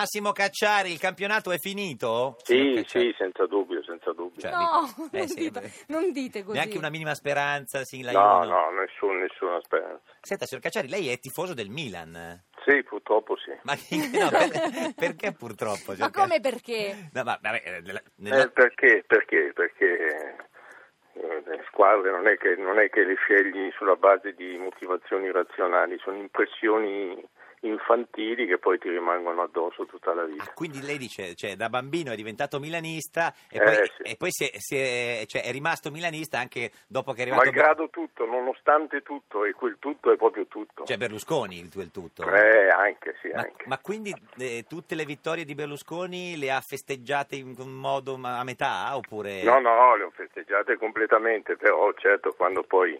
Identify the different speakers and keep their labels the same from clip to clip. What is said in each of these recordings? Speaker 1: Massimo Cacciari, il campionato è finito? Signor
Speaker 2: Sì,
Speaker 1: Cacciari.
Speaker 2: sì, senza dubbio, senza dubbio.
Speaker 1: Cioè,
Speaker 3: No,
Speaker 1: eh,
Speaker 3: non,
Speaker 1: sì,
Speaker 3: dite,
Speaker 1: beh.
Speaker 3: non dite così.
Speaker 1: Neanche una minima speranza, sì, la
Speaker 2: no,
Speaker 1: Juve no.
Speaker 2: no, nessun, nessuna speranza.
Speaker 1: Senta, signor Cacciari, lei è tifoso del Milan.
Speaker 2: Sì, purtroppo sì.
Speaker 1: Ma no, per- perché purtroppo?
Speaker 3: Ma
Speaker 1: signor Cacciari?
Speaker 3: come perché?
Speaker 1: No, ma, vabbè, eh, nella- nella-
Speaker 2: Eh, perché? Perché? Perché eh, le squadre non è, che, non è che le scegli sulla base di motivazioni razionali, sono impressioni infantili che poi ti rimangono addosso tutta la vita.
Speaker 1: Ah, quindi lei dice, cioè, da bambino è diventato milanista e
Speaker 2: Eh,
Speaker 1: poi,
Speaker 2: sì.
Speaker 1: e poi si è, si è- cioè, è rimasto milanista anche dopo che è arrivato...
Speaker 2: Malgrado tutto, nonostante tutto, e quel tutto è proprio tutto.
Speaker 1: Cioè Berlusconi, il, il tutto.
Speaker 2: Eh, anche, sì,
Speaker 1: Certo. Ma,
Speaker 2: anche.
Speaker 1: ma quindi eh, tutte le vittorie di Berlusconi le ha festeggiate in un modo ma- a metà oppure...
Speaker 2: No, no, le ho festeggiate completamente, però certo quando poi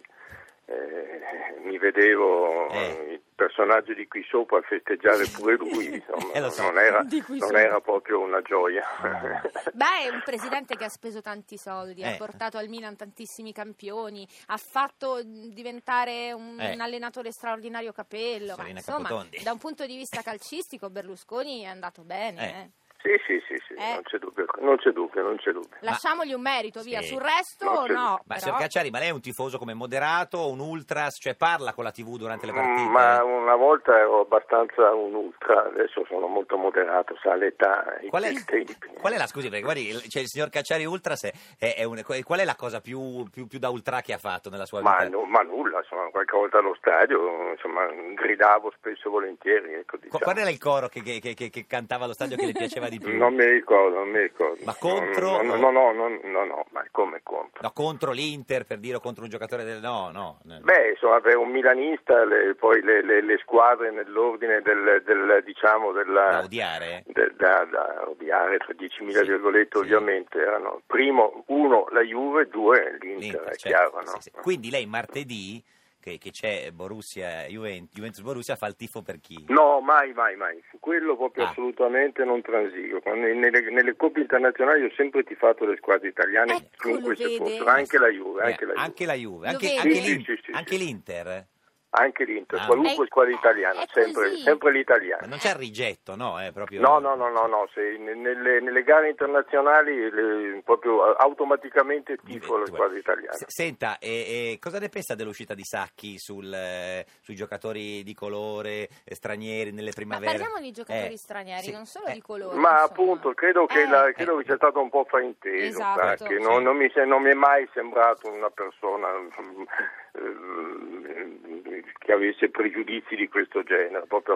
Speaker 2: eh, mi vedevo
Speaker 1: Eh.
Speaker 2: eh, il personaggio di qui sopra a festeggiare pure lui, insomma,
Speaker 1: Eh, lo so. Ah.
Speaker 2: non, era,
Speaker 3: Di qui
Speaker 2: non
Speaker 3: sopra.
Speaker 2: era proprio una gioia.
Speaker 3: Beh, è un presidente che ha speso tanti soldi,
Speaker 1: Eh.
Speaker 3: ha portato al Milan tantissimi campioni, ha fatto mh, diventare un,
Speaker 1: Eh.
Speaker 3: un allenatore straordinario capello. Ma,
Speaker 1: Sorina
Speaker 3: insomma,
Speaker 1: Capotondi.
Speaker 3: da un punto di vista calcistico, Berlusconi è andato bene.
Speaker 1: Eh.
Speaker 3: eh.
Speaker 2: sì, sì, sì, sì,
Speaker 3: Eh.
Speaker 2: non c'è dubbio, non c'è dubbio, non c'è dubbio.
Speaker 3: Lasciamogli un merito, via.
Speaker 1: Sì.
Speaker 3: Sul resto,
Speaker 2: Non c'è-
Speaker 3: no.
Speaker 1: Ma
Speaker 3: però-
Speaker 1: signor Cacciari, ma lei è un tifoso come moderato, un ultras, cioè parla con la TV durante le partite? eh.
Speaker 2: Mm, Ma una volta ero abbastanza un ultra, adesso sono molto moderato, sa l'età, i
Speaker 1: Qual è,
Speaker 2: i tempi.
Speaker 1: qual è la scusi? Perché guardi, il, cioè, il signor Cacciari Ultras è, è- è un- qual è la cosa più, più- più da ultra che ha fatto nella sua
Speaker 2: Ma,
Speaker 1: vita?
Speaker 2: no- ma nulla, insomma, qualche volta allo stadio, insomma, gridavo spesso e volentieri, ecco,
Speaker 1: Qu-
Speaker 2: diciamo.
Speaker 1: Qual era il coro che, che- che- che- che cantava allo stadio che le piaceva di più?
Speaker 2: Non mi ricordo, non mi ricordo.
Speaker 1: Mm. Ma contro-
Speaker 2: No, no, no, no, no, no, no, ma come contro?
Speaker 1: No, contro l'Inter per dire o contro un giocatore del. No, no.
Speaker 2: Beh, insomma, per un milanista le- poi le, le- le squadre nell'ordine del, del, diciamo,
Speaker 1: da
Speaker 2: della...
Speaker 1: odiare.
Speaker 2: del- da, da odiare tra 10.000
Speaker 1: Sì,
Speaker 2: virgolette
Speaker 1: sì.
Speaker 2: ovviamente erano primo uno la Juve due l'Inter, è
Speaker 1: certo,
Speaker 2: chiaro no?
Speaker 1: sì, sì. Quindi lei martedì, che, che c'è Borussia, Juven- Juventus Borussia, fa il tifo per chi?
Speaker 2: No, mai, mai, mai. Su quello proprio
Speaker 1: Ah.
Speaker 2: assolutamente non transigo. Quando- Nelle, nelle coppe internazionali ho sempre tifato le squadre italiane,
Speaker 3: Ecco,
Speaker 2: chiunque
Speaker 3: lo
Speaker 2: ci
Speaker 3: vede.
Speaker 2: fossero, anche la Juve, anche
Speaker 1: Eh,
Speaker 2: la Juve,
Speaker 1: anche la Juve,
Speaker 3: Lo
Speaker 1: anche,
Speaker 3: vedi?
Speaker 1: anche
Speaker 3: Sì,
Speaker 1: l'In-
Speaker 2: sì, sì, sì.
Speaker 1: anche l'Inter.
Speaker 2: anche l'Inter,
Speaker 1: Ah.
Speaker 2: qualunque
Speaker 3: È-
Speaker 2: squadra italiana,
Speaker 3: Eh, è
Speaker 2: sempre,
Speaker 3: così.
Speaker 2: sempre
Speaker 1: Ma
Speaker 2: l'italiana.
Speaker 1: non c'è il rigetto, no? eh, proprio-
Speaker 2: No, no, no, no, no, se ne- nelle, nelle gare internazionali le- proprio a- automaticamente tifo le
Speaker 1: Tu-
Speaker 2: squadre italiane.
Speaker 1: S- Senta, e- e cosa ne pensa dell'uscita di Sacchi sul, eh, sui giocatori di colore eh, stranieri nelle
Speaker 3: Ma
Speaker 1: primavere?
Speaker 3: parliamo di giocatori
Speaker 1: Eh,
Speaker 3: stranieri,
Speaker 1: sì,
Speaker 3: non solo
Speaker 1: eh,
Speaker 3: di colori.
Speaker 2: Ma
Speaker 3: insomma.
Speaker 2: appunto credo che,
Speaker 3: Eh,
Speaker 2: la-
Speaker 3: eh,
Speaker 2: credo che sia stato un po' frainteso,
Speaker 3: Esatto.
Speaker 2: sa, che non,
Speaker 1: Sì.
Speaker 2: non mi, se- non mi è mai sembrato una persona eh, che avesse pregiudizi di questo genere, proprio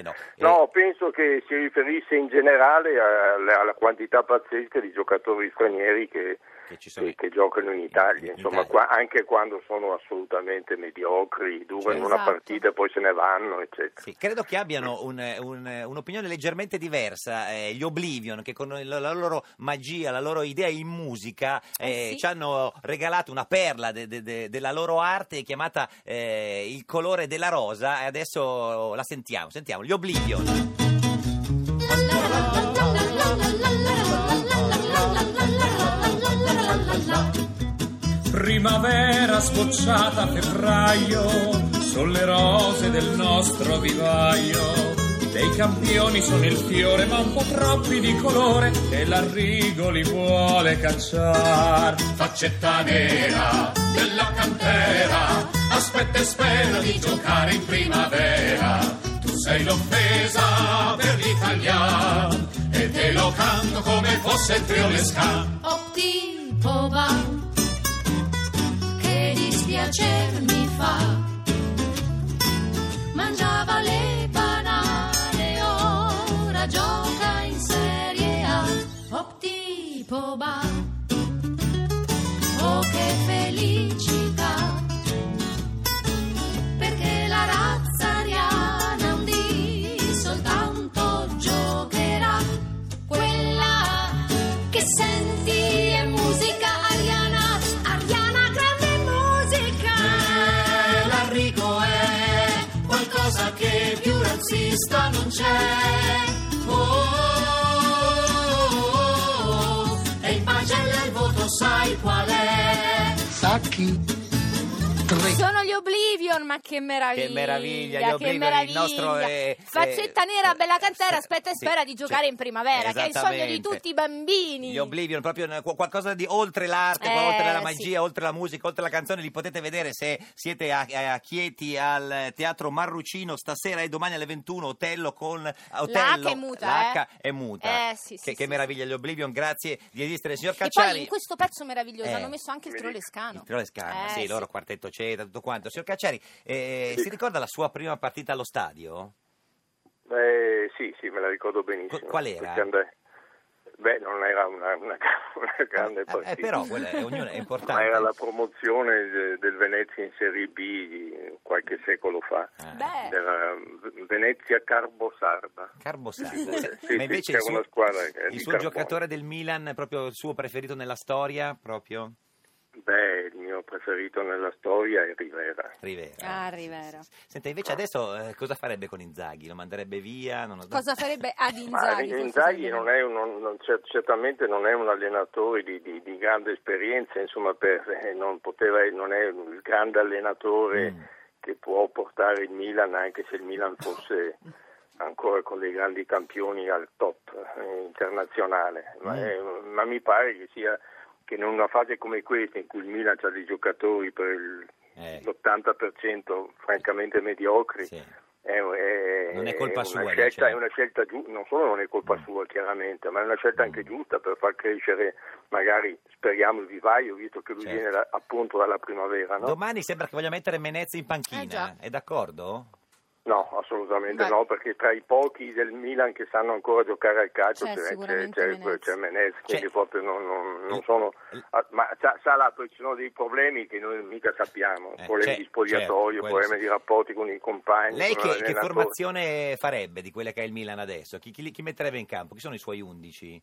Speaker 1: assolutamente Eh. no.
Speaker 2: No, penso che si riferisse in generale alla, alla quantità pazzesca di giocatori stranieri che,
Speaker 1: Eh, che ci sono
Speaker 2: che, che giocano in Italia,
Speaker 1: In
Speaker 2: insomma,
Speaker 1: Italia.
Speaker 2: qua- anche quando sono assolutamente mediocri, durano
Speaker 1: Certo.
Speaker 2: una
Speaker 3: Esatto.
Speaker 2: partita e poi se ne vanno, eccetera.
Speaker 1: Sì, credo che abbiano un, un- un'opinione leggermente diversa, eh, gli Oblivion, che con la, la loro magia, la loro idea in musica, eh,
Speaker 3: Eh sì.
Speaker 1: ci hanno regalato una perla de- de- de- della loro arte chiamata eh, Il colore della rosa e adesso la sentiamo, sentiamo, gli Oblivion.
Speaker 4: Primavera sbocciata a febbraio, sono le rose del nostro vivaio. Dei campioni sono il fiore, ma un po' troppi di colore, e l'arrigo li vuole cacciar. Faccetta nera della cantera, aspetta e spera di giocare in primavera. Tu sei l'offesa per l'Italia, e te lo canto come fosse il triolesca.
Speaker 5: Ottimpo va, che dispiacer mi fa. Mangiava le banane, ora gioca in Serie A. Ottimpo va, oh che felicità. Perché la razza ariana un dì soltanto giocherà quella che senti è musica ariana, ariana grande musica.
Speaker 4: L'Arrico è qualcosa che più razzista non c'è. Oh, oh, oh, oh, e il pagello e il voto sai qual è.
Speaker 6: sacchi, tre,
Speaker 3: Sono gli Oblivion, ma che meraviglia!
Speaker 1: Che meraviglia, gli
Speaker 3: che
Speaker 1: Oblivion, il
Speaker 3: meraviglia.
Speaker 1: nostro, eh,
Speaker 3: Faccetta
Speaker 1: eh,
Speaker 3: nera, bella cantera,
Speaker 1: eh,
Speaker 3: aspetta e
Speaker 1: sì,
Speaker 3: spera di
Speaker 1: sì,
Speaker 3: giocare in primavera, che è il sogno di
Speaker 1: esattamente.
Speaker 3: tutti i bambini.
Speaker 1: Gli Oblivion, proprio eh, qu- qualcosa di oltre l'arte,
Speaker 3: Eh,
Speaker 1: oltre la
Speaker 3: sì.
Speaker 1: magia, oltre la musica, oltre la canzone, li potete vedere se siete a, a Chieti al Teatro Marrucino stasera e domani alle 21, Otello con Otello.
Speaker 3: L'H è muta,
Speaker 1: L'H
Speaker 3: eh.
Speaker 1: è muta.
Speaker 3: Eh, sì, sì,
Speaker 1: che
Speaker 3: sì,
Speaker 1: che
Speaker 3: sì.
Speaker 1: meraviglia, gli Oblivion, grazie di esistere, signor
Speaker 3: E
Speaker 1: Cacciari.
Speaker 3: poi in questo pezzo meraviglioso
Speaker 1: Eh.
Speaker 3: hanno messo anche il
Speaker 2: Mi dica.
Speaker 3: Trolescano.
Speaker 1: Il Trolescano,
Speaker 3: Eh,
Speaker 1: sì,
Speaker 3: sì.
Speaker 1: loro quartetto ceta, tutto quanto. Signor Cacciari, eh,
Speaker 2: Sì.
Speaker 1: si ricorda la sua prima partita allo stadio?
Speaker 2: Eh, sì, sì, me la ricordo benissimo.
Speaker 1: Qu- qual era?
Speaker 2: Perché andai- Beh, non era una, una- una grande
Speaker 1: Eh,
Speaker 2: partita.
Speaker 1: eh, però quella è, ognuno è importante.
Speaker 2: Ma era la promozione de- del Venezia in Serie B di qualche secolo fa.
Speaker 1: Ah,
Speaker 3: Beh.
Speaker 2: Della Venezia Carbosarda.
Speaker 1: Carbosano.
Speaker 2: Sì, sì,
Speaker 1: Ma invece
Speaker 2: c'è
Speaker 1: il suo,
Speaker 2: una squadra che è
Speaker 1: il
Speaker 2: di
Speaker 1: suo
Speaker 2: carbone.
Speaker 1: giocatore del Milan, proprio il suo preferito nella storia, proprio
Speaker 2: Beh, il mio preferito nella storia è Rivera.
Speaker 1: Rivera.
Speaker 3: Ah, Rivera.
Speaker 1: Senta, invece adesso eh, cosa farebbe con Inzaghi? Lo manderebbe via? Non lo so.
Speaker 3: Cosa farebbe ad
Speaker 2: Ma
Speaker 3: Inzaghi? forse
Speaker 2: Inzaghi
Speaker 3: sarebbe
Speaker 2: non
Speaker 3: meglio.
Speaker 2: è un- non- non- cer- certamente non è un allenatore di, di- di grande esperienza, insomma, per- eh, non, poteva- non è il grande allenatore
Speaker 1: Mm.
Speaker 2: che può portare il Milan, anche se il Milan fosse ancora con dei grandi campioni al top eh, internazionale. Ma,
Speaker 1: Mm.
Speaker 2: è- ma mi pare che sia che in una fase come questa, in cui il Milan ha dei giocatori per il-
Speaker 1: Eh.
Speaker 2: l'80% francamente mediocri,
Speaker 1: Sì.
Speaker 2: è, è-
Speaker 1: Non è colpa
Speaker 2: una
Speaker 1: sua,
Speaker 2: scelta-
Speaker 1: dice. Mm.
Speaker 2: è una scelta giu- non solo non è colpa sua chiaramente, ma è una scelta anche giusta per far crescere magari, speriamo, il vivaio, visto che lui
Speaker 1: Certo.
Speaker 2: viene da- appunto dalla primavera, no?
Speaker 1: Domani sembra che voglia mettere Menezzi in
Speaker 3: Eh,
Speaker 1: panchina,
Speaker 3: già.
Speaker 1: è d'accordo?
Speaker 2: No, assolutamente
Speaker 3: Beh.
Speaker 2: no, perché tra i pochi del Milan che sanno ancora giocare al calcio
Speaker 3: C'è
Speaker 2: c'è, c'è,
Speaker 3: Cioè, sicuramente
Speaker 2: c'è,
Speaker 3: Menezzi.
Speaker 2: c'è Menezzi,
Speaker 1: Cioè
Speaker 2: quindi proprio non, non-
Speaker 1: Eh.
Speaker 2: non sono...
Speaker 1: L-
Speaker 2: ah, Ma sa, sa là, poi ci sono dei problemi che noi mica sappiamo,
Speaker 1: Eh,
Speaker 2: problemi
Speaker 1: c'è-
Speaker 2: di
Speaker 1: certo,
Speaker 2: spogliatoio,
Speaker 1: quello
Speaker 2: problemi
Speaker 1: sì.
Speaker 2: di rapporti con i compagni.
Speaker 1: Lei
Speaker 2: con
Speaker 1: che, che
Speaker 2: l'allenatore.
Speaker 1: formazione farebbe di quella che è il Milan adesso? Chi, chi, li- chi metterebbe in campo? Chi sono i suoi undici?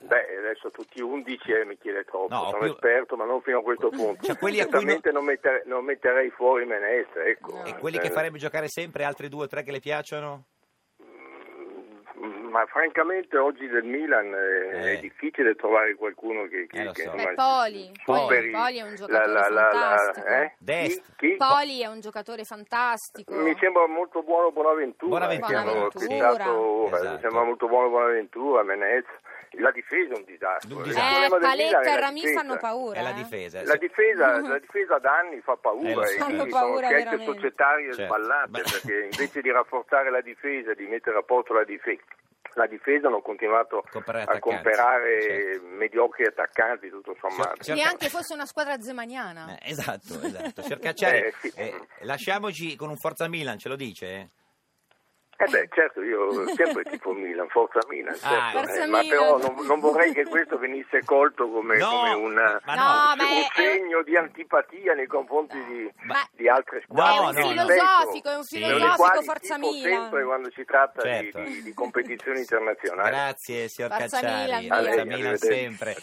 Speaker 2: Beh, adesso tutti 11 e mi chiede troppo,
Speaker 1: No,
Speaker 2: sono
Speaker 1: più-
Speaker 2: esperto, ma non fino a questo punto.
Speaker 1: Cioè, quelli a cui
Speaker 2: Certamente non... mettere- non metterei fuori Menestra, ecco.
Speaker 3: No.
Speaker 1: E quelli che farebbe giocare sempre, altri due o tre che le piacciono?
Speaker 2: Ma francamente oggi del Milan eh,
Speaker 1: Eh.
Speaker 2: è difficile trovare qualcuno che, che,
Speaker 1: Eh, lo
Speaker 2: che,
Speaker 1: so.
Speaker 3: Beh,
Speaker 2: insomma,
Speaker 3: Poli.
Speaker 1: Poli.
Speaker 2: superi
Speaker 3: Poli è un giocatore fantastico.
Speaker 2: eh?
Speaker 1: Dest.
Speaker 2: Chi? Chi?
Speaker 3: Poli è un giocatore fantastico.
Speaker 2: Mi sembra molto buono Bonaventura,
Speaker 1: Bonaventura.
Speaker 2: che hanno
Speaker 3: Bonaventura.
Speaker 2: acquistato ora.
Speaker 1: Esatto.
Speaker 2: eh, mi sembra molto buono Bonaventura, Menez. La difesa è un disastro.
Speaker 1: Un
Speaker 2: Il
Speaker 1: disastro.
Speaker 2: problema
Speaker 3: eh,
Speaker 2: del Milan è
Speaker 3: Paletta e
Speaker 2: la
Speaker 3: Rami
Speaker 2: difesa.
Speaker 3: fanno paura.
Speaker 1: È la
Speaker 3: eh.
Speaker 1: difesa.
Speaker 2: La difesa, la difesa da anni fa paura
Speaker 1: Eh, lo so.
Speaker 2: e
Speaker 1: Fanno
Speaker 2: quindi sono
Speaker 3: paura
Speaker 2: scelte
Speaker 3: veramente.
Speaker 2: societarie
Speaker 1: Certo.
Speaker 2: sballate
Speaker 1: Beh.
Speaker 2: perché invece di rafforzare la difesa, di mettere a posto la difesa, la difesa hanno continuato
Speaker 1: Comprare
Speaker 2: a
Speaker 1: attaccanti,
Speaker 2: comprare
Speaker 1: certo.
Speaker 2: mediocri attaccanti tutto sommato.
Speaker 1: Signor-
Speaker 3: Neanche fosse una squadra zemaniana.
Speaker 1: Eh, esatto, esatto. Signor Cacciari,
Speaker 2: Eh, sì.
Speaker 1: eh, lasciamoci con un Forza Milan, ce lo dice?
Speaker 2: Eh beh, certo, io sempre tipo Milan, forza Milan, certo,
Speaker 1: Ah,
Speaker 2: eh,
Speaker 3: Forza
Speaker 2: ma
Speaker 3: Milan.
Speaker 2: però non, non vorrei che questo venisse colto come,
Speaker 1: No,
Speaker 2: come una-
Speaker 1: ma
Speaker 3: no.
Speaker 2: un
Speaker 3: ma è- è-
Speaker 2: segno di antipatia nei confronti di,
Speaker 3: Ma-
Speaker 2: di altre squadre.
Speaker 1: No,
Speaker 3: è un
Speaker 1: no, no.
Speaker 3: filosofico, è un
Speaker 1: Sì.
Speaker 2: delle
Speaker 3: filosofico
Speaker 2: quali
Speaker 3: Forza
Speaker 2: dico
Speaker 3: Milan.
Speaker 2: Esatto, sempre quando si tratta
Speaker 1: Certo.
Speaker 2: di, di- di competizioni internazionali.
Speaker 1: Grazie, signor
Speaker 3: Forza
Speaker 1: Cacciari.
Speaker 3: Milan,
Speaker 1: Forza
Speaker 2: Milan.
Speaker 1: Milan sempre.